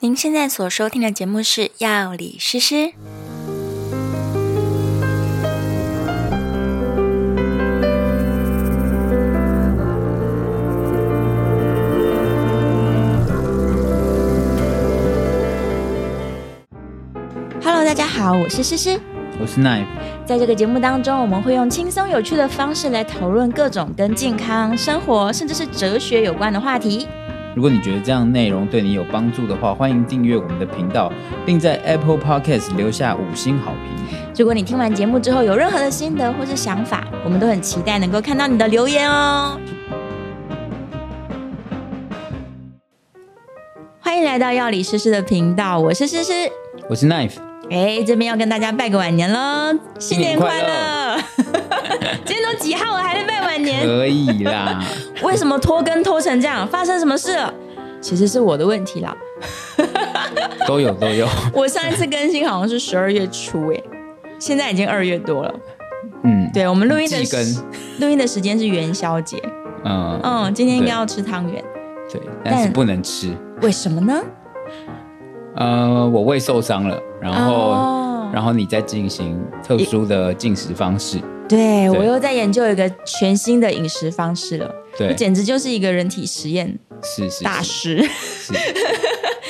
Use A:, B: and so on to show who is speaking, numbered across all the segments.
A: 您现在所收听的节目是《药理诗诗》。
B: Hello，大家好，我是诗诗。
C: 我是 Knife，
B: 在这个节目当中，我们会用轻松有趣的方式来讨论各种跟健康、生活，甚至是哲学有关的话题。
C: 如果你觉得这样内容对你有帮助的话，欢迎订阅我们的频道，并在 Apple Podcast 留下五星好评。
B: 如果你听完节目之后有任何的心得或是想法，我们都很期待能够看到你的留言哦。欢迎来到药理诗诗的频道，我是诗诗。
C: 我是 Knife，
B: 哎，这边要跟大家拜个晚年喽，新年快乐！今天都几号了，还在拜晚年？
C: 可 以啦，
B: 为什么拖更拖成这样？发生什么事了？其实是我的问题啦。
C: 都有都有，
B: 我上一次更新好像是十二月初，诶，现在已经二月多了。
C: 嗯，
B: 对我们录音的
C: 季更
B: 时录音的时间是元宵节，
C: 嗯
B: 嗯，今天应该要吃汤圆，
C: 对，但是
B: 但
C: 不能吃。
B: 为什么呢？
C: 呃，我胃受伤了，然后、
B: 哦
C: 然后你再进行特殊的进食方式，
B: 对我
C: 对
B: 又在研究一个全新的饮食方式了，
C: 对，
B: 简直就是一个人体实验
C: 是是
B: 大
C: 是
B: 师。
C: 是，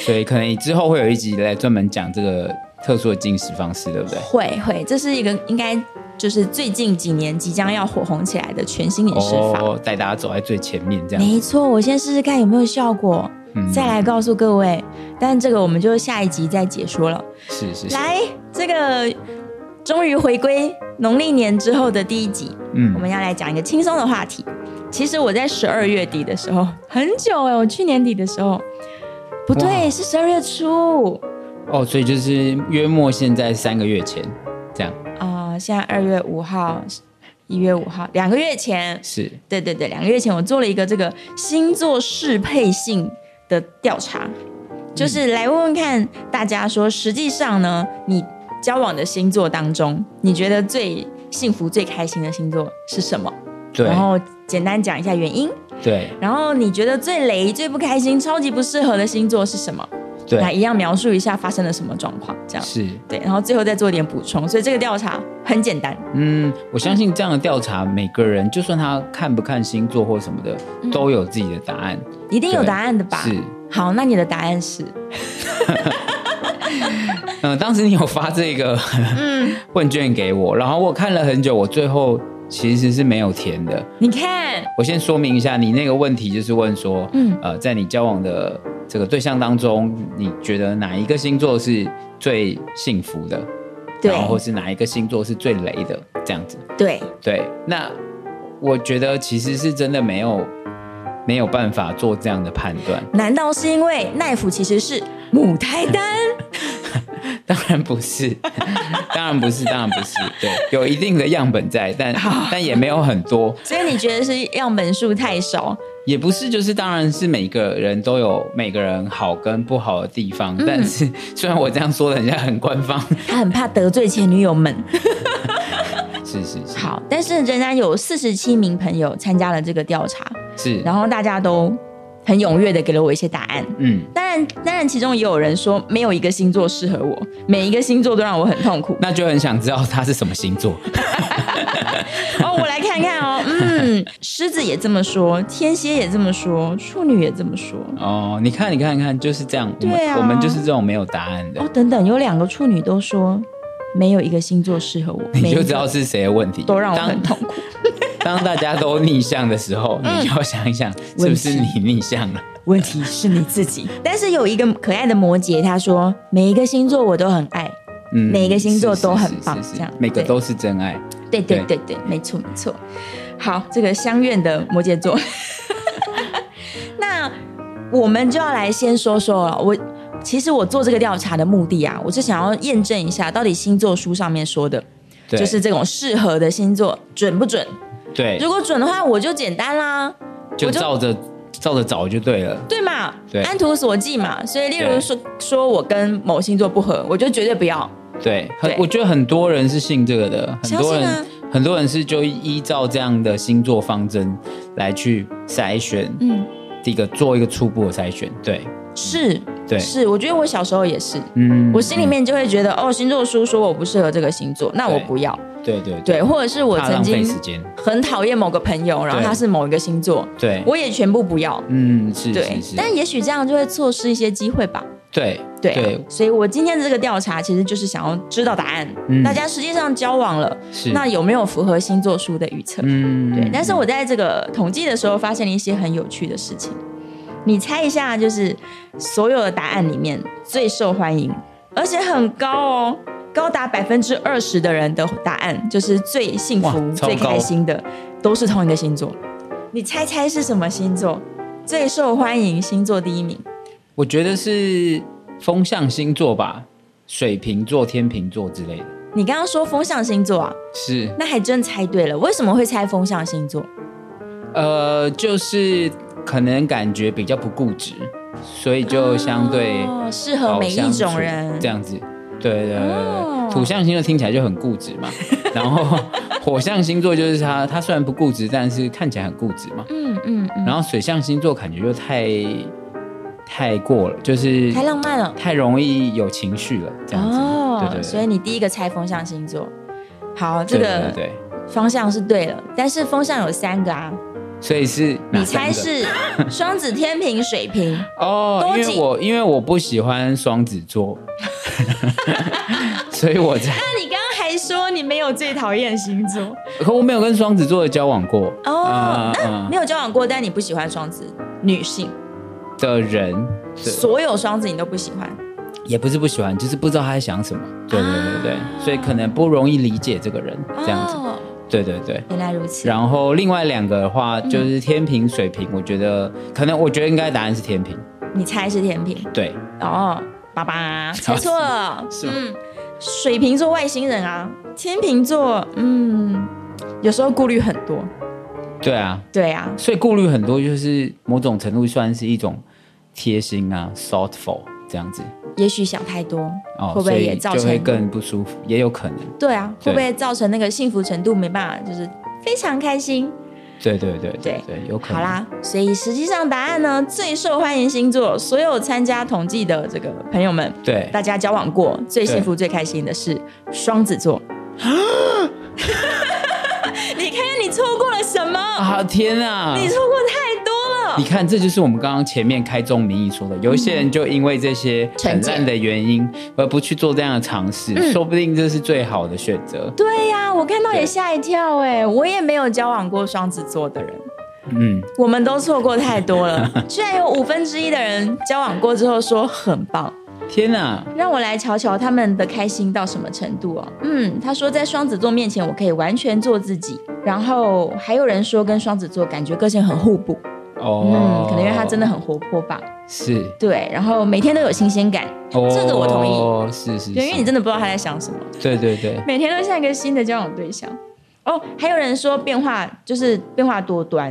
C: 所以可能之后会有一集来专门讲这个特殊的进食方式，对不对？
B: 会会，这是一个应该就是最近几年即将要火红起来的全 新饮食法。
C: 哦，带大家走在最前面这样子。
B: 没错，我先试试看有没有效果，
C: 嗯
B: 再来告诉各位。但这个我们就下一集再解说了。
C: 是是是，
B: 来，这个终于回归农历年之后的第一集，
C: 嗯
B: 我们要来讲一个轻松的话题。其实我在十二月底的时候，很久哎、我去年底的时候，不对，
C: 哇
B: 是十二月初
C: 哦，所以就是约莫现在三个月前这样，
B: 啊、现在二月五号，一月五号，两个月前，
C: 是
B: 对对对，两个月前我做了一个这个星座适配性的调查，就是来问问看大家说，实际上呢，你交往的星座当中，你觉得最幸福、最开心的星座是什么？
C: 对
B: 然后简单讲一下原因。
C: 对
B: 然后你觉得最雷、最不开心、超级不适合的星座是什么？那
C: 对，
B: 一样描述一下发生了什么状况，这样
C: 是
B: 对。然后最后再做点补充，所以这个调查很简单。
C: 嗯，我相信这样的调查，每个人就算他看不看星座或什么的，都有自己的答案。
B: 嗯一定有答案的吧？
C: 是。
B: 好，那你的答案是？
C: 嗯、当时你有发这个
B: 嗯
C: 问卷给我，然后我看了很久，我最后其实是没有填的。
B: 你看，
C: 我先说明一下，你那个问题就是问说，
B: 嗯
C: 嗯，呃，在你交往的这个对象当中，你觉得哪一个星座是最幸福的？
B: 对
C: 然后或是哪一个星座是最雷的？这样子，
B: 对，
C: 对。那我觉得其实是真的没有没有办法做这样的判断，
B: 难道是因为奈夫其实是母胎单？
C: 当然不是，当然不是，当然不是，对，有一定的样本在，但但也没有很多，
B: 所以你觉得是样本数太少？
C: 也不是，就是当然是每个人都有每个人好跟不好的地方，
B: 嗯
C: 但是 虽然我这样说的人家很官方，
B: 他很怕得罪前女友 们。
C: 是是是
B: 好，但是仍然有四十七名朋友参加了这个调查，
C: 是，
B: 然后大家都很踊跃的给了我一些答案。
C: 嗯，
B: 当然，当然，其中也有人说没有一个星座适合我，每一个星座都让我很痛 苦。
C: 那就很想知道他是什么星座，
B: 哦，我来看看哦，嗯，狮子也这么说，天蝎也这么说，处女也这么说。
C: 哦，你看，你看，你看，就是这样。我
B: 对
C: 们、
B: 啊
C: 我们就是这种没有答案的，
B: 哦，等等，有两个处女都说没有一个星座适合我，
C: 你
B: 每一
C: 就
B: 个
C: 知道是谁的问题。
B: 都让我很嗯
C: 当
B: 痛苦。
C: 当大家都逆向的时候，你要想一想，是不是你逆向了？
B: 问题是你自己。 但是有一个可爱的摩羯，他说每一个星座我都很爱。
C: 嗯
B: 每个星座都很棒
C: 是是是是是
B: 这样
C: 每个
B: 对
C: 都是真爱。
B: 对对对
C: 对
B: 对，没错没错。好，这个相怨的摩羯座， 那我们就要来先说说了。我其实我做这个调查的目的啊，我是想要验证一下，到底星座书上面说的，
C: 对，
B: 就是这种适合的星座准不准？
C: 对，
B: 如果准的话，我就简单啦。
C: 就
B: 我就
C: 照着照着找就对了。
B: 对嘛？
C: 对
B: 安图索骥嘛。所以，例如
C: 对
B: 说说我跟某星座不合，我就绝对不要。
C: 对，
B: 对
C: 很我觉得很多人是信这个的，很
B: 相
C: 多
B: 信
C: 人、
B: 啊
C: 很多人是就依照这样的星座方针来去筛选，
B: 嗯，
C: 第一个做一个初步的筛选。对，
B: 是
C: 对
B: 是，我觉得我小时候也是，
C: 嗯，
B: 我心里面就会觉得，哦，星座书说我不适合这个星座，那我
C: 对
B: 不要，
C: 嗯对对
B: 对，或者是我
C: 怕
B: 曾
C: 浪费
B: 经
C: 时间，
B: 很讨厌某个朋友，然后
C: 对
B: 他是某一个星座，
C: 对，
B: 我也全部不要，
C: 嗯是
B: 对
C: 是，是，
B: 但也许这样就会错失一些机会吧。
C: 对
B: 对啊、所以我今天的这个调查其实就是想要知道答案，
C: 嗯
B: 大家实际上交往了，
C: 是
B: 那有没有符合星座书的预测？
C: 嗯
B: 对，但是我在这个统计的时候发现了一些很有趣的事情。你猜一下，就是所有的答案里面最受欢迎，而且很高哦，高达百分之二十的人的答案就是最幸
C: 哇
B: 福、
C: 超
B: 最开
C: 高
B: 心的，都是同一个星座。你猜猜是什么星座？最受欢迎星座第一名，
C: 我觉得是风象星座吧，水瓶座、天秤座之类的，
B: 你刚刚说风象星座啊，
C: 是
B: 那还真猜对了。为什么会猜风象星座？
C: 呃，就是可能感觉比较不固执，所以就相对
B: 哦适合
C: 好
B: 每
C: 相
B: 一
C: 处
B: 种人，
C: 这样子。对对对对
B: 哦
C: 对，土象星座听起来就很固执嘛，然后火象星座就是他，他虽然不固执，但是看起来很固执嘛。
B: 嗯嗯嗯，
C: 然后水象星座感觉就太太过了，就是
B: 嗯太浪漫了。
C: 太容易有情绪了，这样子。对对对，
B: 哦所以你第一个猜风象星座，好，这
C: 对
B: 个
C: 对对对，
B: 方向是对了，但是风象有三个啊，
C: 所以是哪
B: 你
C: 三
B: 猜
C: 个
B: 是 双子、天平、水瓶，
C: 哦，
B: 多
C: 因
B: 几
C: 为我因为我不喜欢双子 座，所以我在，
B: 那你刚刚还说你没有最讨厌星座
C: 可我没有跟双子座的交往过
B: 哦
C: 嗯，嗯
B: 没有交往过，但你不喜欢双子女性，
C: 的人，对
B: 所有双子你都不喜欢，
C: 也不是不喜欢，就是不知道他在想什么。对对对对，
B: 啊
C: 所以可能不容易理解这个人这样子。
B: 哦，
C: 对对对。
B: 原来如此，
C: 然后另外两个的话，就是天平、水平，我觉得可能，我觉得应该答案是天平。
B: 你猜是天平
C: 对，
B: 哦，爸 爸猜错了，
C: 是吗
B: 嗯，水瓶座外星人啊，天秤座，嗯，有时候顾虑很多。
C: 对啊，
B: 对啊，
C: 所以顾虑很多，就是某种程度算是一种贴心啊，thoughtful 这样子。
B: 也许想太多，
C: 哦，
B: 会不
C: 所
B: 会
C: 以
B: 也造
C: 就会
B: 成
C: 更不舒服？也有可能。
B: 对啊？会
C: 对
B: 不会造成那个幸福程度没办法，就是非常开心？
C: 对对对对
B: 对
C: 对，有可能。
B: 好，啦，所以实际上答案呢，最受欢迎星座，所有参加统计的这个朋友们，
C: 对，
B: 大家交往过最幸福、最开心的是双子 座。你看看你错过了什么？
C: 啊天啊！
B: 你错过太多了。
C: 你看，这就是我们刚刚前面开宗明义说的，有一些人就因为这些很烂的原因，而不去做这样的尝试，
B: 嗯
C: 说不定这是最好的选择。
B: 对呀、我看到也
C: 对
B: 吓一跳哎，我也没有交往过双子座的人。
C: 嗯，
B: 我们都错过太多 了。居然有五分之一的人交往过之后说很棒，
C: 天哪！
B: 让我来瞧瞧他们的开心到什么程度哦。嗯，他说在双子座面前我可以完全做自己，然后还有人说跟双子座感觉个性很互补，
C: 哦
B: 嗯，，可能因为他真的很活泼吧。
C: 是，
B: 对，然后每天都有新鲜感，
C: 哦、
B: 这个我同意。
C: 意，是是
B: 对，因为你
C: 这
B: 真的不知道他在想什么，
C: 对对对，
B: 每天都像一个新的交往对象。哦，还有人说变化就是变化多端，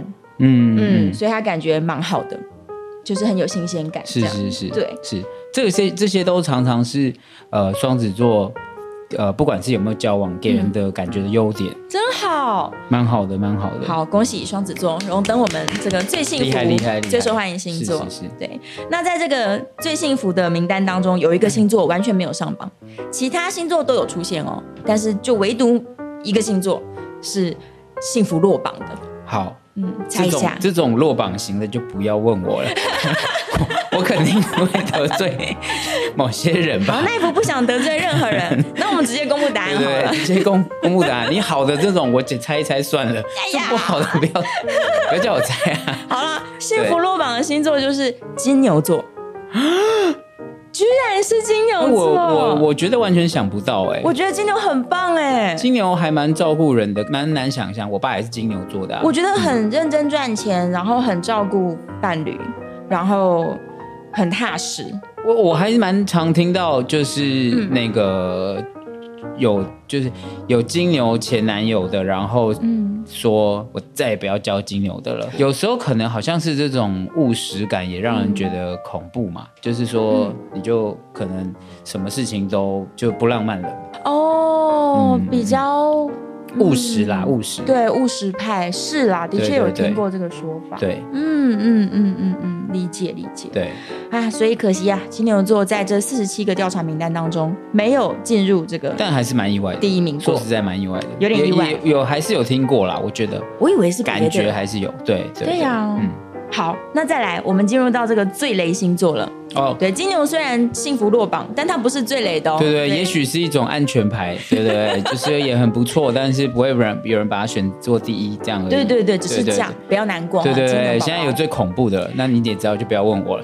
B: 嗯，
C: 嗯嗯，
B: 所以他感觉蛮好的，就是很有新鲜感。
C: 是
B: 这样
C: 是是，
B: 对，
C: 是这些这些都常常是呃双子座。呃，不管是有没有交往，给
B: 嗯
C: 人的感觉的优点，
B: 真好，
C: 蛮、好的，蛮好的。
B: 好，恭喜双子座，荣登我们这个最幸福、
C: 厉害厉害厉害
B: 最受欢迎星座。
C: 是是是
B: 对，那在这个最幸福的名单当中，有一个星座完全没有上榜，其他星座都有出现哦，但是就唯独一个星座是幸福落榜的。
C: 好，
B: 嗯，猜
C: 这
B: 一
C: 种
B: 下，
C: 这种落榜型的就不要问我了， 我我肯定会得罪某些人
B: 好，
C: 吧。
B: 那一不不想得罪任何 人，那我们直接公布答案
C: 对
B: 好
C: 对
B: 了
C: 对，。直接公公布答案。你好的这种，我只猜一猜算 了。
B: 哎呀
C: 不好的不要不要叫我猜 啊！
B: 好了，幸福落榜的星座就是金牛座， 居然是金牛
C: 我
B: 座，
C: 我我觉得完全想不到哎、
B: 我觉得金牛很棒哎、
C: 金牛还蛮照顾人的，蛮难想象。我爸也是金牛座的、啊，
B: 我觉得很认真赚钱，然后很照顾伴侣，然后很踏实。
C: 我我还蛮常听到，就是
B: 嗯
C: 那个、有就是有金牛前男友的，然后
B: 嗯
C: 说我再也不要交金牛的了。有时候可能好像是这种务实感也让人觉得恐怖嘛，
B: 嗯
C: 就是说你就可
B: 嗯
C: 能什么事情都就不浪漫了。
B: 哦，
C: 嗯
B: 比较
C: 务实啦，务实。
B: 嗯对务实派是啦，的确
C: 对对
B: 有
C: 对
B: 听过这个说法。
C: 对
B: 嗯嗯嗯嗯嗯，理解理解。
C: 对，
B: 啊，所以可惜啊，金牛座在这四十七个调查名单当中没有进入这个
C: 但还是蛮意外的。
B: 第一名
C: 说
B: 过
C: 实。在蛮意外的，
B: 有点
C: 也
B: 意外
C: 也有还是有听过啦，我觉得
B: 我以为是别
C: 感
B: 的
C: 觉还是有，对对
B: 对呀
C: 嗯，
B: 好，那再来，我们进入到这个最雷星座了。
C: 哦，
B: 对，金牛虽然幸福落榜，但它不是最雷的哦。
C: 对对，也许是一种安全牌，对对，对就是也很不错，但是不会有人有人把它选做第一这样而已。
B: 对对对，只是这样，不要难过。
C: 对。对对
B: 金牛
C: 对，
B: 宝宝
C: 现在有最恐怖的，那你也知道，就不要问我 了，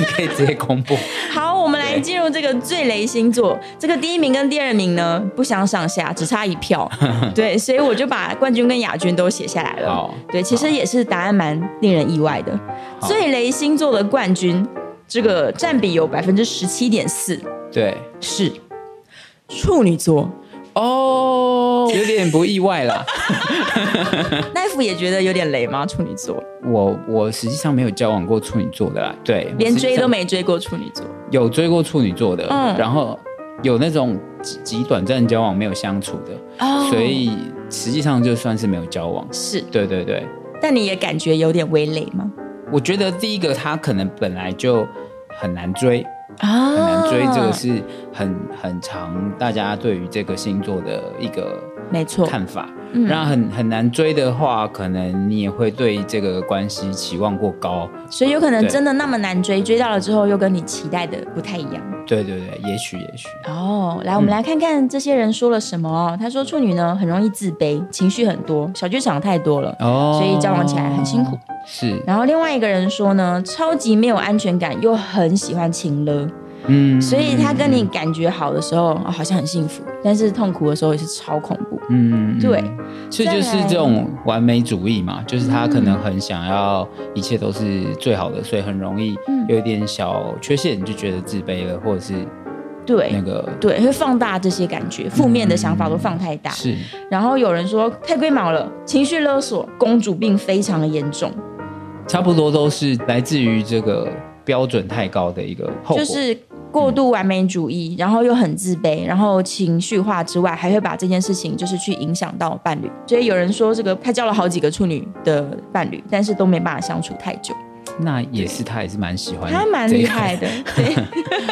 C: 你可以直接公布。
B: 好，我们来进入这个最雷星座，这个第一名跟第二名呢不相上下，只差一票。 对，所以我就把冠军跟亚军都写下来了
C: 好。
B: 对，其实也是答案蛮令人意外的。
C: 好
B: 最雷星座的冠军，这个占比有百分之十七点四，
C: 对，
B: 是处女座。
C: 哦，有点不意外啦。
B: 奈夫也觉得有点雷吗？处女座
C: 我我实际上没有交往过处女座的啦，对，
B: 连
C: 我实际
B: 追
C: 上
B: 都没追过处女座，
C: 有追过处女座的，
B: 嗯
C: 然后有那种极极短暂交往没有相处的，
B: 哦
C: 所以实际上就算是没有交往。
B: 是。
C: 对对对，
B: 但你也感觉有点微雷吗？
C: 我觉得第一个他可能本来就很难追，
B: 啊，
C: 很难追，这个是很很常大家对于这个星座的一个
B: 没错。嗯
C: 看法。那很很难追的话，可能你也会对这个关系期望过高。
B: 所以有可能
C: 对
B: 真的那么难追，追到了之后又跟你期待的不太一样。
C: 对对对，也许也许，
B: 哦，来，我们来看看这些人说了什么哦。他说处女呢很容易自卑，情绪很多，小剧场太多了，
C: 哦
B: 所以交往起来很辛苦。
C: 是，
B: 然后另外一个人说呢，超级没有安全感，又很喜欢情勒，
C: 嗯，
B: 所以他跟你感觉好的时候、哦、好像很幸福，但是痛苦的时候也是超恐怖。
C: 嗯，嗯嗯
B: 对，
C: 这
B: 再
C: 就是
B: 来嗯
C: 这种完美主义嘛，就是他可能很想要一切都是最好的，所以很容易
B: 嗯
C: 有一点小缺陷就觉得自卑了，或者是
B: 对、
C: 那个
B: 对，会放大这些感觉，负面的想法都放太大。
C: 是
B: 然后有人说太龟毛了，情绪勒索，公主病非常的严重。
C: 差不多都是来自于这个标准太高的一个后果。
B: 就是过度完美主义，然后又很自卑，然后情绪化之外，还会把这件事情就是去影响到伴侣。所以有人说，这个他交了好几个处女的伴侣，但是都没办法相处太久。
C: 那也是他也是蛮喜欢、这
B: 他蛮
C: 个
B: 厉害的，对，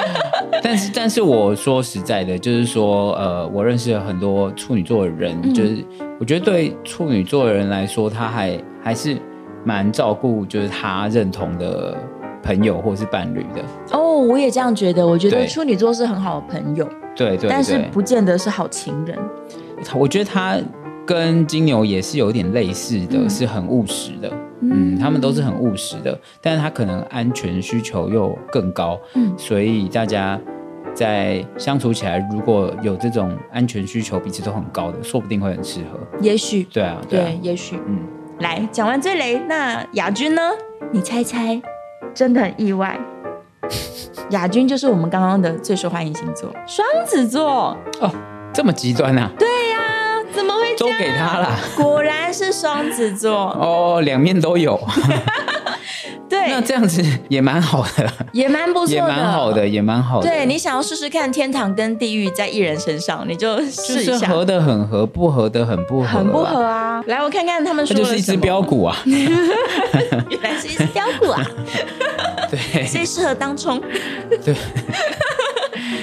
C: 但是，但是我说实在的，就是说，呃，我认识了很多处女座的人，
B: 嗯
C: 就是我觉得对处女座的人来说，他还还是蛮照顾，就是他认同的朋友或是伴侣的。
B: 哦，我也这样觉得。我觉得
C: 对
B: 处女座是很好的朋友，
C: 对对
B: 但是
C: 对，
B: 不见得是好情人。
C: 我觉得他跟金牛也是有点类似的，
B: 嗯
C: 是很务实的。嗯，他们都是很务实的，但是他可能安全需求又更高，
B: 嗯
C: 所以大家在相处起来，如果有这种安全需求，彼此都很高的，说不定会很适合。
B: 也许，
C: 对啊，对
B: 对，
C: 啊，
B: 也许。
C: 嗯，
B: 来讲完最雷，那亚军呢？你猜猜，真的很意 外。亚军就是我们刚刚的最受欢迎星座，双子座，
C: 哦，这么极端啊，
B: 怎么 会？
C: 都给他啦。
B: 果然是双子座，
C: 哦，两面都有，那
B: 对，
C: 这样子也蛮好的啦，
B: 也蛮不错的，
C: 也蛮好。的，也蛮好的。
B: 对你想要试试看天堂跟地狱在一人身上，你就
C: 就
B: 试一
C: 是
B: 下，
C: 合的很合，不合的很不合，
B: 很不合。啊。来，我看看他们
C: 它
B: 说
C: 就
B: 了
C: 是一只
B: 什么
C: 标，股啊，
B: 原 来是一只标股啊，
C: 对
B: 最适合当冲，
C: 对，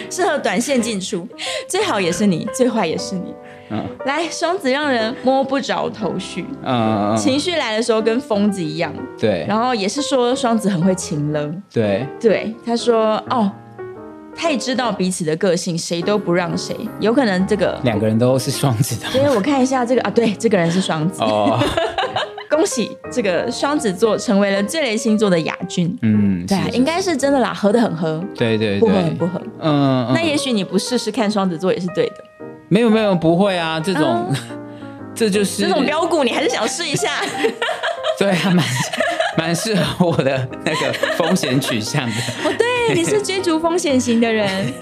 B: 适合短线进出，最好也是你，最坏也是你。
C: 嗯
B: 来，双子让人摸不着头绪，
C: 嗯，嗯
B: 情绪来的时候跟疯子一样。
C: 对
B: 然后也是说双子很会情了，
C: 对，
B: 对他说哦，太知道彼此的个性，谁都不让谁，有可能这个。
C: 两个人都是双子的
B: 所 以我看一下这个啊，对，这个人是双子，
C: 哦，
B: 恭喜这个双子座成为了最雷星座的亚军。
C: 嗯，
B: 对啊
C: 是，是
B: 应该是真的啦，合的很合，
C: 对对
B: 不合很
C: 对，
B: 不合。
C: 嗯，
B: 那
C: 嗯
B: 也许你不试试看双子座也是对的，
C: 没有没有不会啊，这种 这就是
B: 嗯这种标股你还是想试一下。
C: 对啊，蛮蛮适合我的那个风险取向 的。
B: 哦，对，你是追逐风险型的 人。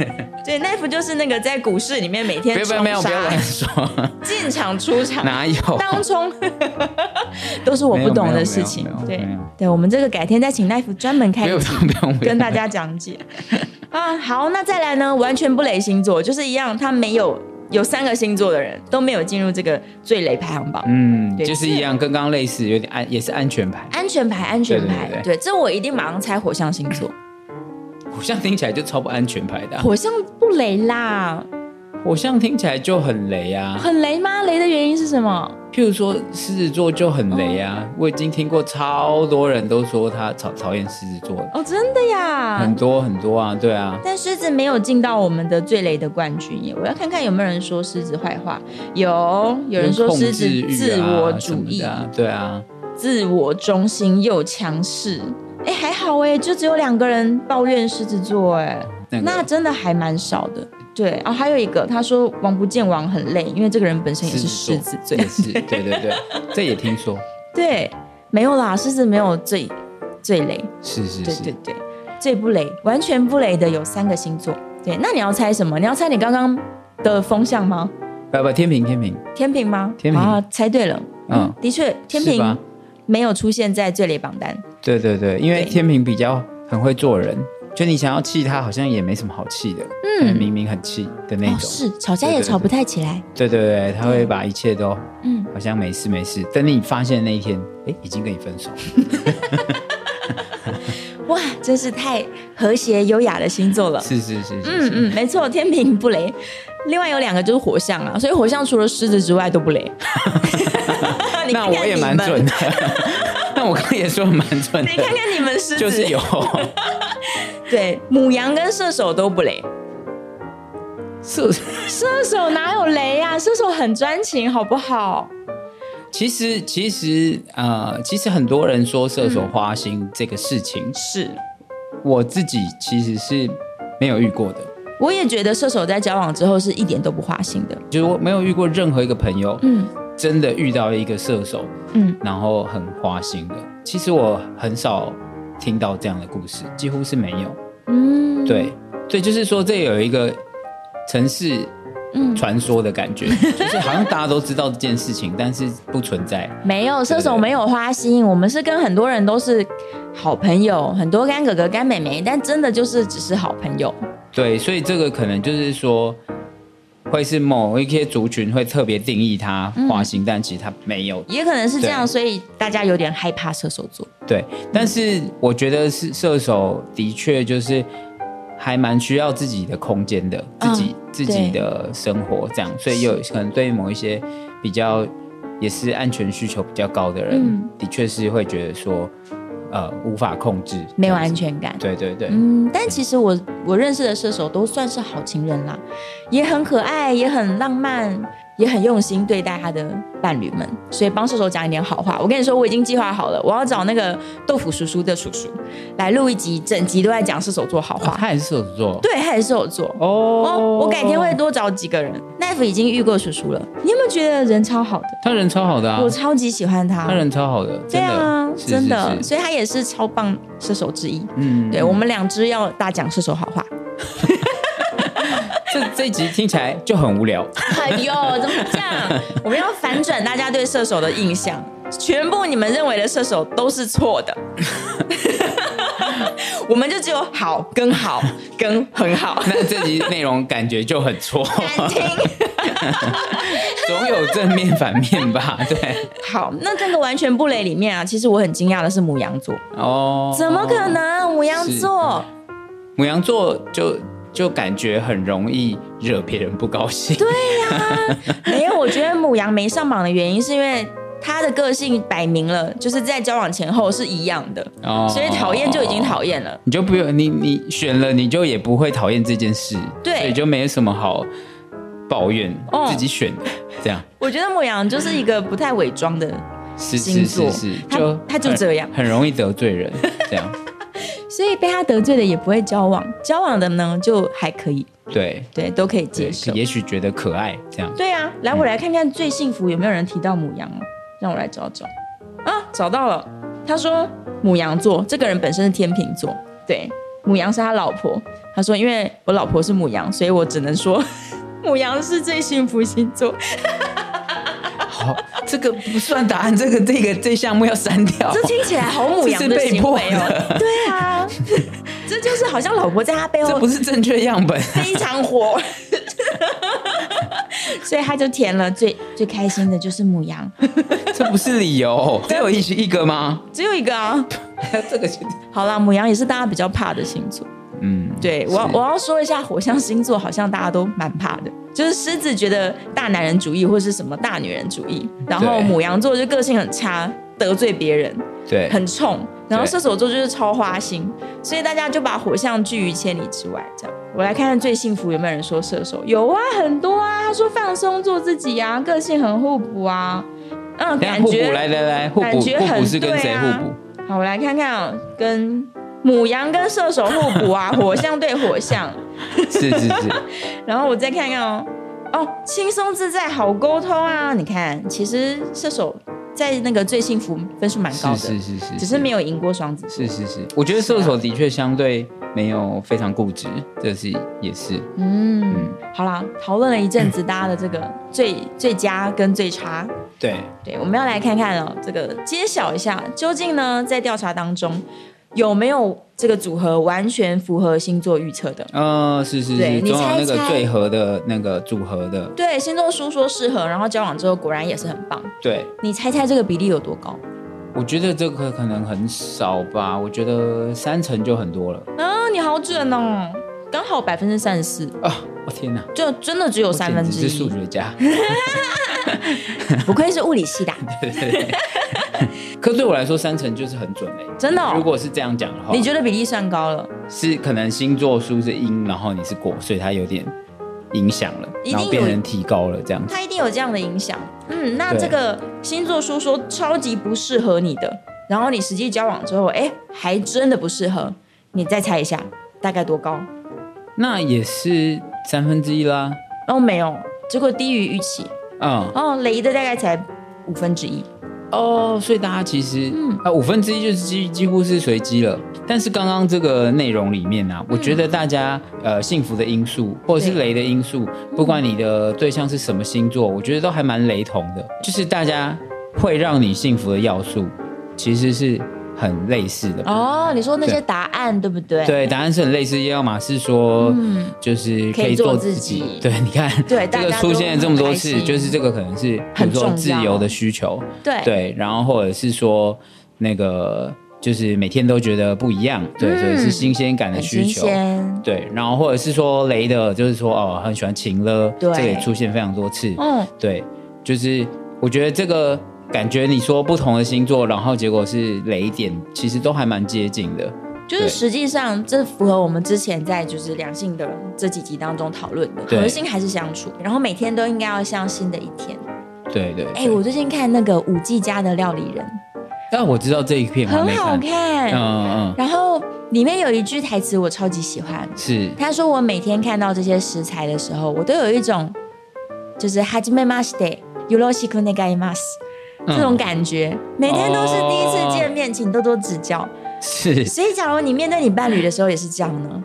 B: 对，奈夫就是那个在股市里面每天
C: 不要不要
B: 冲
C: 不要不
B: 杀
C: 要乱说，
B: 进场出场。
C: 哪有？
B: 当冲 都是我不懂
C: 没有没
B: 的
C: 有
B: 事情
C: 没有。没有
B: 对
C: 没有，
B: 对我们这个改天再请奈夫专门开
C: 没有
B: 一
C: 不
B: 集
C: 用不用不用，
B: 跟大 家讲解啊。好，那再来呢？完全不雷星座，就是一样，他没有有三个星座的人都没有进入这个最雷排行榜。
C: 嗯，
B: 对
C: 就是一样，跟刚刚类似，有点安，也是安全牌，
B: 安全牌，安全牌，
C: 对对对
B: 这我一定马上猜火象星座。
C: 火象听起来就超不安全牌的 啊、
B: 火象不雷啦，
C: 火象听起来就很雷啊。
B: 很雷吗？雷的原因是什么？
C: 譬如说狮子座就很雷啊，
B: 哦
C: 我已经听过超多人都说他讨讨厌狮子座的，
B: 哦，真的呀
C: 很。多很多啊，对啊，
B: 但狮子没有进到我们的最雷的冠军耶！我要看看有没有人说狮子坏话。有，有人说
C: 控
B: 狮
C: 制
B: 子
C: 欲
B: 自
C: 啊
B: 我
C: 什
B: 主
C: 么
B: 义、
C: 的啊，对啊，
B: 自我中心又强势。哎，还好哎，就只有两个人抱怨狮子座哎，
C: 那个
B: 那真的还蛮少的。对哦，还有一个他说王不见王很累，因为这个人本身也是狮子
C: 座
B: 座。
C: 也是，对对对，这也听说，
B: 对，没有啦，狮子没有最最雷，
C: 是是
B: 对
C: 是，
B: 对对，最不雷，完全不雷的有三个星座。对，那你要猜什么？你要猜你刚刚的风向吗？
C: 不不，天平天平，
B: 天平吗？
C: 天平
B: 啊，猜对了。
C: 嗯
B: 嗯，的确，天
C: 是吧
B: 平没有出现在最雷榜单。
C: 对对对，因为
B: 对
C: 天平比较很会做人，就你想要气他，好像也没什么好气的，嗯，明明很气的那
B: 哦，
C: 种，
B: 是吵架
C: 对
B: 也
C: 对
B: 吵
C: 对
B: 不太起来。
C: 对对对，他会把一切都，
B: 嗯
C: 嗯，好像没事没事，等你发现那一天，哎，已经跟你分手了，
B: 哇，真是太和谐优雅的星座了。
C: 是是是是
B: 嗯
C: 是，
B: 嗯，没错，天平不雷。另外有两个就是火象啊，所以火象除了狮子之外都不雷。 你看
C: 那
B: 看
C: 我也
B: 你
C: 蛮
B: 们
C: 准。的， 那我刚刚也说蛮准
B: 你看
C: 的，
B: 看你们狮子，
C: 就是有
B: 对母羊跟射手都不雷，
C: 射，
B: 射手哪有雷啊？射手很专情，好不好？
C: 其实其实呃，其实很多人说射手花心这个事情，
B: 是，
C: 我自己其实是没有遇过的。
B: 我也觉得射手在交往之后是一点都不花心的。
C: 就是我没有遇过任何一个朋友，
B: 嗯
C: 真的遇到一个射手，
B: 嗯，
C: 然后很花心的。其实我很少听到这样的故事，几乎是没有。
B: 嗯，
C: 对，对，就是说这有一个城市
B: 嗯
C: 传说的感 觉，就是好像大家都知道这件事情，但是不存在。
B: 没有射手
C: 对
B: 没有花心，我们是跟很多人都是好朋友，很多干哥哥干妹妹，但真的就是只是好朋友。
C: 对，所以这个可能就是说，会是某一些族群会特别定义他
B: 嗯
C: 花心，但其实他没有
B: 也可能是这样，
C: 对
B: 所以大家有点害怕射手座。
C: 对，但是我觉得是射手的确就是还蛮需要自己的空间的，
B: 嗯
C: 自己、自己的生活这样，所以有可能对于某一些比较也是安全需求比较高的人，
B: 嗯
C: 的确是会觉得说呃无法控制，
B: 没有安全感。
C: 对对对，
B: 嗯，但其实我我认识的射手都算是好情人啦，也很可爱，也很浪漫，也很用心对待他的伴侣们，所以帮射手讲一点好话。我跟你说，我已经计划好了，我要找那个豆腐叔叔的叔叔来录一集，整集都在讲射手座好
C: 哦
B: 话。
C: 他也是射手座，
B: 对，他也是射手座。
C: 哦
B: 哦，我改天会多找几个人。奈夫已经遇过叔叔了，你有没有觉得人超好的？
C: 他人超好的啊
B: 我，超级喜欢他。
C: 他人超好的，
B: 对
C: 真的，
B: 啊，
C: 是
B: 真的，
C: 是是
B: 所以他也是超棒射手之一。
C: 嗯，
B: 对我们两只要大讲射手好话。
C: 这这一集听起来就很无聊，
B: 哎呦，怎么这样？我们要反转大家对射手的印象，全部你们认为的射手都是错的。 我们就只有好跟好跟很好，
C: 那这集内容感觉就很 错。
B: 难听。
C: 总有正面反 面吧？对，
B: 好，那这个完全不雷里面啊，其实我很惊讶的是母羊座，
C: 哦，
B: 怎么可？能？母羊座，
C: 母羊座就就感觉很容易惹别人不高兴。对，
B: 没有，我觉得母羊没上榜的原因是因为他的个性摆明了，就是在交往前后是一样的，
C: 哦
B: 所以讨厌就已经讨厌了。
C: 你就不用你你选了，你就也不会讨厌这件事，
B: 对
C: 所以就没什么好抱怨，
B: 哦
C: 自己选的这样。
B: 我觉得母羊就是一个不太伪装的，
C: 是
B: 星
C: 是
B: 座
C: 是是，
B: 他
C: 就
B: 他就
C: 很
B: 这样
C: 很容易得罪 人，这样
B: 所以被他得罪的也不会交往，交往的呢就还可以，
C: 对
B: 对，都可以接
C: 对，
B: 受。
C: 也许觉得可爱这样。
B: 对啊，来我来看看最幸福有没有人提到母羊哦，让我来找找啊，找到了。他说母羊座，这个人本身是天秤座，对，母羊是他老婆。他说因为我老婆是母羊，所以我只能说 母羊是最幸福星 座。
C: 好，这个不算答案，这个这个这项目要删掉。
B: 这听起来好母羊的
C: 这是被
B: 行
C: 迫
B: 为哦， 对啊，这就是好像老婆在他背
C: 这
B: 后
C: 不是正确样本。
B: 非常火。 所以他就填了最最开心的就是母羊，
C: 这不是理 由，这有一一个吗？
B: 只有一个啊。
C: 这个是
B: 好啦，母羊也是大家比较怕的星座。
C: 嗯，
B: 对我要
C: 是
B: 我要说一下，火象星座好像大家都蛮怕的，就是狮子觉得大男人主义或是什么大女人主义，然后
C: 对
B: 母羊座就个性很差，得罪别人，
C: 对，
B: 很冲，然后
C: 对
B: 射手座就是超花心，所以大家就把火象拒于千里之外。这样，我来看看最幸福有没有人说射手？有啊，很多啊，他说放松做自己啊，个性很互补啊，嗯，
C: 等一下
B: 感
C: 互
B: 觉
C: 补来来来，互
B: 感
C: 补
B: 觉
C: 互
B: 很
C: 补是跟谁
B: 对
C: 互
B: 啊
C: 补？
B: 好，我来看看、哦、跟母羊跟射手互补 啊，火象对火象，
C: 是 是是，
B: 然后我再看看哦，哦，轻松自在，好沟通啊！你看，其实射手在那个最幸福分数蛮高
C: 是
B: 的，
C: 是是是，
B: 只是没有赢过双子座。
C: 是是是，我觉得射手的确相对没有非常固执，这是也是，
B: 嗯，好啦，讨论了一阵子大家的这个最最佳跟最差，
C: 对，
B: 对，我们要来看看哦，这个揭晓一下，究竟呢在调查当中有没有这个组合完全符合星座预测的？
C: 呃，是是
B: 对
C: 是，
B: 你
C: 总有那
B: 猜一猜
C: 个最合的那个组合的，
B: 对，星座书说适合，然后交往之后果然也是很棒。
C: 对，
B: 你猜猜这个比例有多高？
C: 我觉得这个可能很少吧，我觉得三成就很多了
B: 啊，你好准哦，刚好百分之三十四，
C: 啊！我天哪，
B: 就真的只有
C: 我
B: 三分
C: 简
B: 之
C: 直是数
B: 一，
C: 学家，
B: 不愧是物理 系的啊，
C: 对对对。 可对我来说，三成就是很准嘞、
B: 真的哦
C: 如果是这样讲的话，
B: 你觉得比例算高了？
C: 是可能星座数是因，然后你是果，所以它有点影响了，
B: 一定
C: 然后变成提高了这样子。
B: 它一定有这样的影响。嗯，那
C: 对
B: 这个星座书说超级不适合你的，然后你实际交往之后，哎，还真的不适合。你再猜一下，大概多高？
C: 那也是三分之一啦。
B: 哦，没有，结果低于预期。
C: 嗯，
B: 哦，雷的大概才五分之一。
C: 哦，所以大家其实，嗯，啊，五分之一就是几几乎是随机了。但是刚刚这个内容里面啊，我觉得大家呃幸福的因素或者是
B: 嗯对
C: 雷的因素，不管你的对象是什么星座，我觉得都还蛮雷同的，就是大家会让你幸福的要素其实是很类似的。
B: 哦，你说那些
C: 对
B: 答案对不对？嗯
C: 对，答案是很类似，要么是说，就是
B: 可以做
C: 做
B: 自
C: 己。
B: 己
C: 对，你看，
B: 对大
C: 这个
B: 家
C: 出
B: 都
C: 现了这么多
B: 很开
C: 次，
B: 心
C: 就是这个可能是，比
B: 很
C: 如说
B: 重
C: 自
B: 要
C: 由的需求，
B: 对
C: 对，然后或者是说那个，就是每天都觉得不一样，对，所以是新鲜感的
B: 嗯很
C: 需
B: 新
C: 求。
B: 鲜。
C: 对，然后或者是说雷的，就是说哦，很喜欢情了，
B: 对
C: 这个也出现非常多次。
B: 嗯，
C: 对，就是我觉得这个感觉，你说不同的星座，然后结果是雷点，其实都还蛮接近的。
B: 就是
C: 对
B: 实际上，这符合我们之前在就是两性的这几集当中讨论的，
C: 对
B: 核心还是相处，然后每天都应该要像新的一天。
C: 对对，
B: 哎、
C: 对
B: 我最近看那个五 G 家的料理人，
C: 但我知道这一片我还
B: 很
C: 没
B: 好
C: 看，
B: 看。
C: 嗯嗯，
B: 然后里面有一句台词我超级喜欢，
C: 是
B: 他说：“我每天看到这些食材的时候，我都有一种就是はじめまして、よろしくお願いします
C: 嗯
B: 这种感觉。每天都是第一次见面，请多多指教。
C: 哦是
B: 所以，假如你面对你伴侣的时候也是这样呢，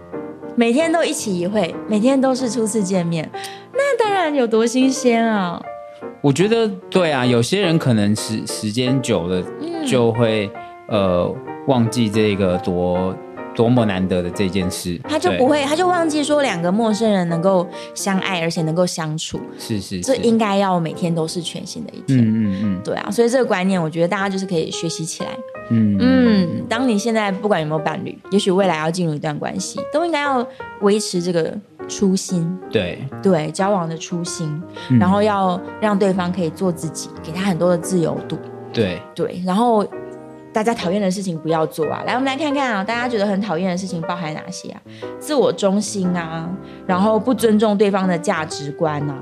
B: 每天都一起一会，每天都是初次见面，那当然有多新鲜啊！
C: 我觉得对啊，有些人可能时时间久了
B: 嗯
C: 就会、呃忘记这个多多么难得的这件事，
B: 他就
C: 对
B: 不会，他就忘记说两个陌生人能够相爱，而且能够相处，
C: 是是
B: 这
C: 是
B: 应该要每天都是全新的一天。
C: 嗯嗯
B: 对啊，所以这个观念，我觉得大家就是可以学习起来。
C: 嗯嗯
B: 嗯，当你现在不管有没有伴侣，也许未来要进入一段关系，都应该要维持这个初心，
C: 对
B: 对交往的初心，
C: 嗯
B: 然后要让对方可以做自己，给他很多的自由度，
C: 对
B: 对，然后大家讨厌的事情不要做啊。来，我们来看看啊，大家觉得很讨厌的事情包含哪些啊？自我中心啊，然后不尊重对方的价值观啊，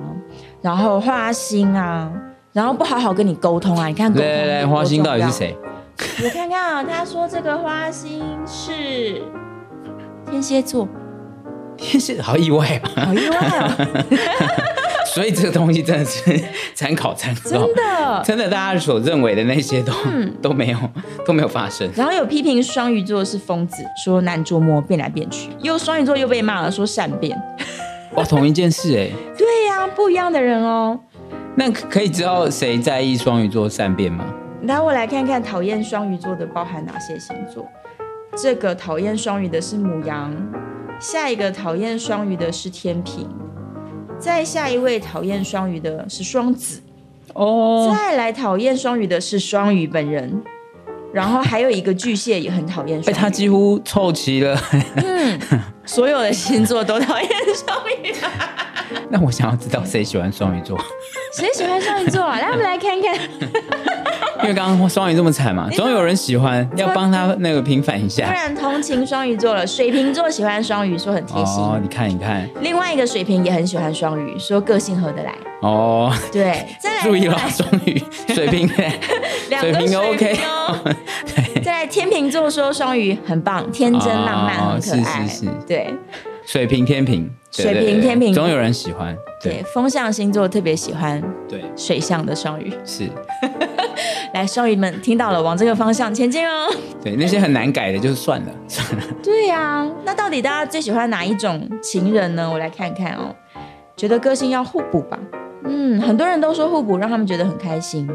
B: 然后花心啊。然后不好好跟你沟通啊！你看沟通
C: 来来来，
B: 有多
C: 花心到底
B: 重
C: 是
B: 要
C: 谁？
B: 我看看啊，他说这个花心是天蝎座，
C: 天蝎，好意外啊！
B: 好意外哦，
C: 所以这个东西真的是参考参考
B: 真，的。嗯
C: 真的大家所认为的那些都、都没有都没有发生。
B: 然后有批评双鱼座是疯子，说难捉摸，变来变去。又双鱼座又被骂了，说善变。
C: 哇，同一件事哎、
B: 对呀、不一样的人哦。
C: 那可可以知道谁在意双鱼座善变吗？
B: 来，我来看看讨厌双鱼座的包含哪些星座。这个讨厌双鱼的是母羊，下一个讨厌双鱼的是天平，再下一位讨厌双鱼的是双子，
C: 哦，
B: 再来讨厌双鱼的是双鱼本人，然后还有一个巨蟹也很讨厌
C: 哎，
B: 双鱼。
C: 他几乎凑齐了。
B: 嗯，所有的星座都讨厌双鱼。啊
C: 那我想要知道谁喜欢双鱼座，
B: 谁喜欢双鱼座啊？来，我们来看看。
C: 因为刚刚双鱼这么惨嘛，总有人喜欢，要帮他那个平反一
B: 突
C: 下。
B: 然同情双鱼座了，水瓶座喜欢双鱼，说很贴心。
C: 哦，你看，你看，
B: 另外一个水瓶也很喜欢双鱼，说个性合得来。
C: 哦，
B: 对，再来
C: 注意了，双 鱼、水瓶，
B: 两
C: 水
B: 个
C: 瓶
B: 水瓶
C: OK
B: 哦。 再来天秤座说双鱼很棒，天真
C: 哦
B: 浪漫，很可爱。
C: 是是是
B: 对
C: 水瓶、天平，对
B: 水瓶
C: 对对
B: 天平
C: 总有人喜欢。
B: 对
C: 对，
B: 风象星座特别喜欢
C: 对，
B: 水象的双鱼。
C: 是，
B: 来，双鱼们听到了，往这个方向前进哦。
C: 对那些很难改的，就算了，算了。
B: 对呀、那到底大家最喜欢哪一种情人呢？我来看看哦，觉得个性要互补吧。嗯，很多人都说互补让他们觉得很开心。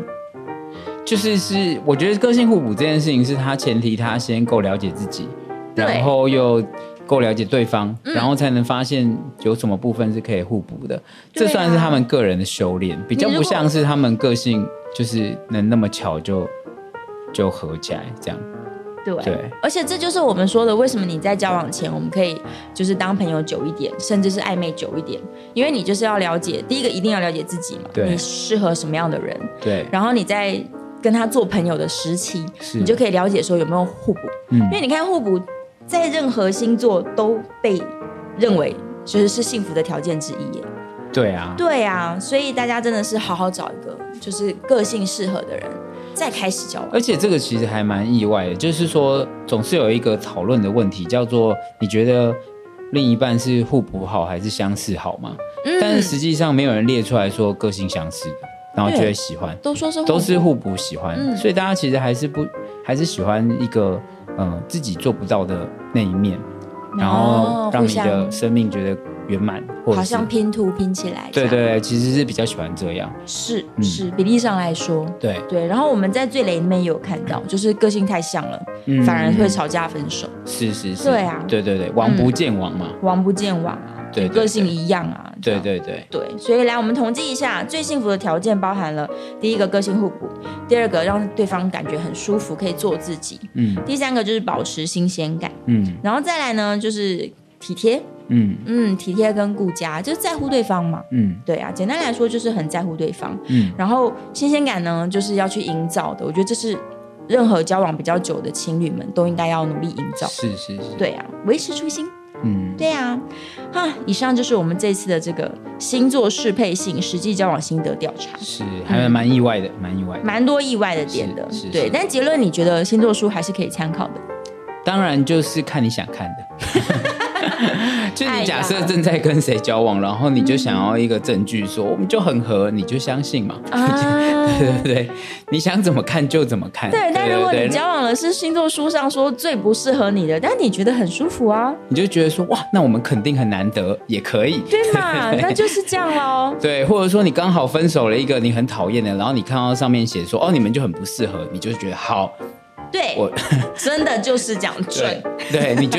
C: 就是是，我觉得个性互补这件事情是他前提，他先够了解自己，
B: 对嗯
C: 然后又够了解对方，然后才能发现有什么部分是可以互补的。
B: 对啊
C: 这算是他们个人的修炼，比较
B: 你如
C: 不
B: 果
C: 像是他们个性就是能那么巧就就合起来这样。
B: 对，
C: 对
B: 而且这就是我们说的，为什么你在交往前，我们可以就是当朋友久一点，甚至是暧昧久一点，因为你就是要了解，第一个一定要了解自己嘛，
C: 对
B: 你适合什么样的人，
C: 对，
B: 然后你在跟他做朋友的时期，
C: 是
B: 你就可以了解说有没有互补，
C: 嗯
B: 因为你看互补在任何星座都被认为就是是幸福的条件之一耶。
C: 对啊，
B: 对啊，所以大家真的是好好找一个就是个性适合的人，再开始交往。
C: 而且这个其实还蛮意外的，就是说总是有一个讨论的问题，叫做你觉得另一半是互补好还是相似好吗？
B: 嗯
C: 但是实际上没有人列出来说个性相似的，然后觉得喜欢，
B: 都说是互
C: 都是
B: 补
C: 互补喜欢，
B: 嗯
C: 所以大家其实还是不还是喜欢一个嗯、呃自己做不到的那一面，然后让
B: 哦互
C: 你的
B: 相
C: 生命觉得圆满，或者
B: 好
C: 是
B: 像拼图拼起来这
C: 对
B: 样，
C: 对对，其实是比较喜欢这样，
B: 是
C: 嗯
B: 是比例上来说。
C: 对，
B: 对，然后我们在最雷里面也有看到，就是个性太像了，
C: 嗯
B: 反而会吵架分手，
C: 是是是，
B: 对啊
C: 对对对，王不见王嘛，
B: 王不见王啊，
C: 对对
B: 个性
C: 对
B: 一样啊，这
C: 对
B: 样
C: 对对。
B: 对，所以来我们统计一下，最幸福的条件包含了第一个个性互补，第二个让对方感觉很舒服，可以做自己，
C: 嗯
B: 第三个就是保持新鲜感，
C: 嗯
B: 然后再来呢就是体贴，
C: 嗯
B: 嗯，体贴跟顾家，就是在乎对方嘛。
C: 嗯
B: 对啊，简单来说就是很在乎对方，
C: 嗯，
B: 然后新鲜感呢，就是要去营造的。我觉得这是任何交往比较久的情侣们都应该要努力营造。
C: 是是是，
B: 对啊，维持初心。
C: 嗯，
B: 对啊，哈，以上就是我们这次的这个星座适配性实际交往心得调查，
C: 是还蛮意外的，蛮意外的。
B: 蛮多意外的点的
C: 是是。
B: 对，
C: 是
B: 但结论你觉得星座书还是可以参 考的。
C: 当然就是看你想看的。 就
B: 哎呀
C: 你假设正在跟谁交往，然后你就想要一个证据说我们就很合，你就相信嘛，
B: 啊，
C: 对不对？你想怎么看就怎么看。
B: 对，但如果你
C: 对
B: 交往的是星座书上说最不适合你的，但你觉得很舒服啊，
C: 你就觉得说哇，那我们肯定很难得，也可以。
B: 对 嘛？那就是这样喽。
C: 对，或者说你刚好分手了一个你很讨厌的，然后你看到上面写说哦你们就很不适合，你就觉得好，
B: 对，
C: 我
B: 真的就是这样准
C: 对。对，你就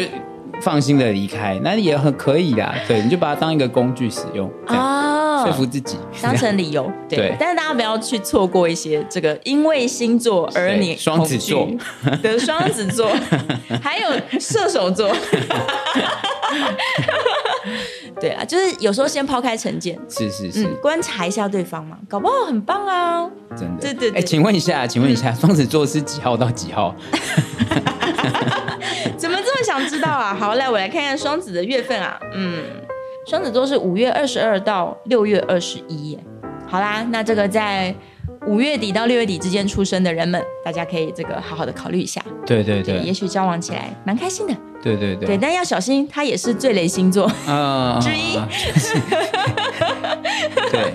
C: 放心的离开，那也很可以啦。对，你就把它当一个工具使用，这样、
B: 哦，
C: 说服自己，
B: 当成理由，对。
C: 对
B: 但是大家不要去错过一些这个因为星座而你
C: 对双子座
B: 恐惧的双子座， 还有射手座。 对啊，就是有时候先抛开成见，
C: 是是是，
B: 嗯，观察一下对方嘛，搞不好很棒啊。
C: 真的。
B: 对对对嗯
C: 哎，请问一下，请问一下，双子座是几号到几号？
B: 怎么这么想知道啊？ 好，来我来看看双子的月份啊，嗯，双子座是五月二十二到六月二十一。好啦，那这个在五月底到六月底之间出生的人们，大家可以这个好好的考虑一下，
C: 对对
B: 对，也
C: 对
B: 许交往起来蛮开心的，
C: 对对
B: 对，
C: 对，
B: 但要小心，他也是最雷星座，
C: 啊，
B: 之一
C: 就是 对，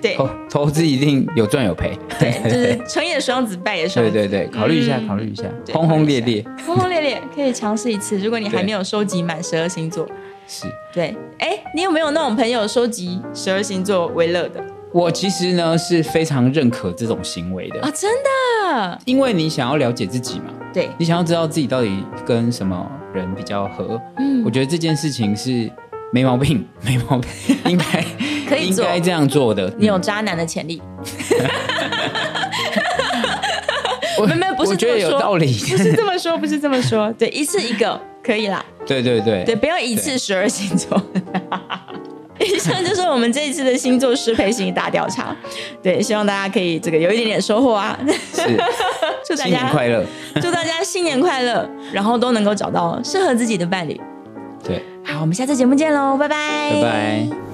B: 对
C: 投投资一定有赚有赔。
B: 对，就是成也双子，败也双
C: 对
B: 子，
C: 对对，考虑一下，
B: 嗯
C: 考虑一下，
B: 对
C: 轰轰烈烈
B: 轰轰烈烈可以尝试一次，如果你还
C: 对
B: 没有收集满十二星座，
C: 是。
B: 对，哎，你有没有那种朋友收集十二星座为乐的
C: 我其实呢是非常认可这种行为的
B: 啊、，真的，
C: 因为你想要了解自己嘛，
B: 对，
C: 你想要知道自己到底跟什么人比较合，
B: 嗯
C: 我觉得这件事情是没毛病，没毛病，应该
B: 可以
C: 应
B: 做，
C: 该这样做的。
B: 你有渣男的潜力。
C: 我
B: 没有没有不是
C: 我觉得
B: 这么
C: 有
B: 说
C: 道理。
B: 不是这么说，不是这么说，对，一次一个可以啦，
C: 对对对
B: 对，不要一次十二星座。以上就是我们这一次的星座适配性大调查，对，希望大家可以这个有一点点收获 啊！
C: 是。
B: 祝 大
C: 新年
B: 家
C: 快乐！
B: 祝大家新年快乐，然后都能够找到适合自己的伴侣。
C: 对，
B: 好，我们下次节目见喽，拜拜，
C: 拜拜。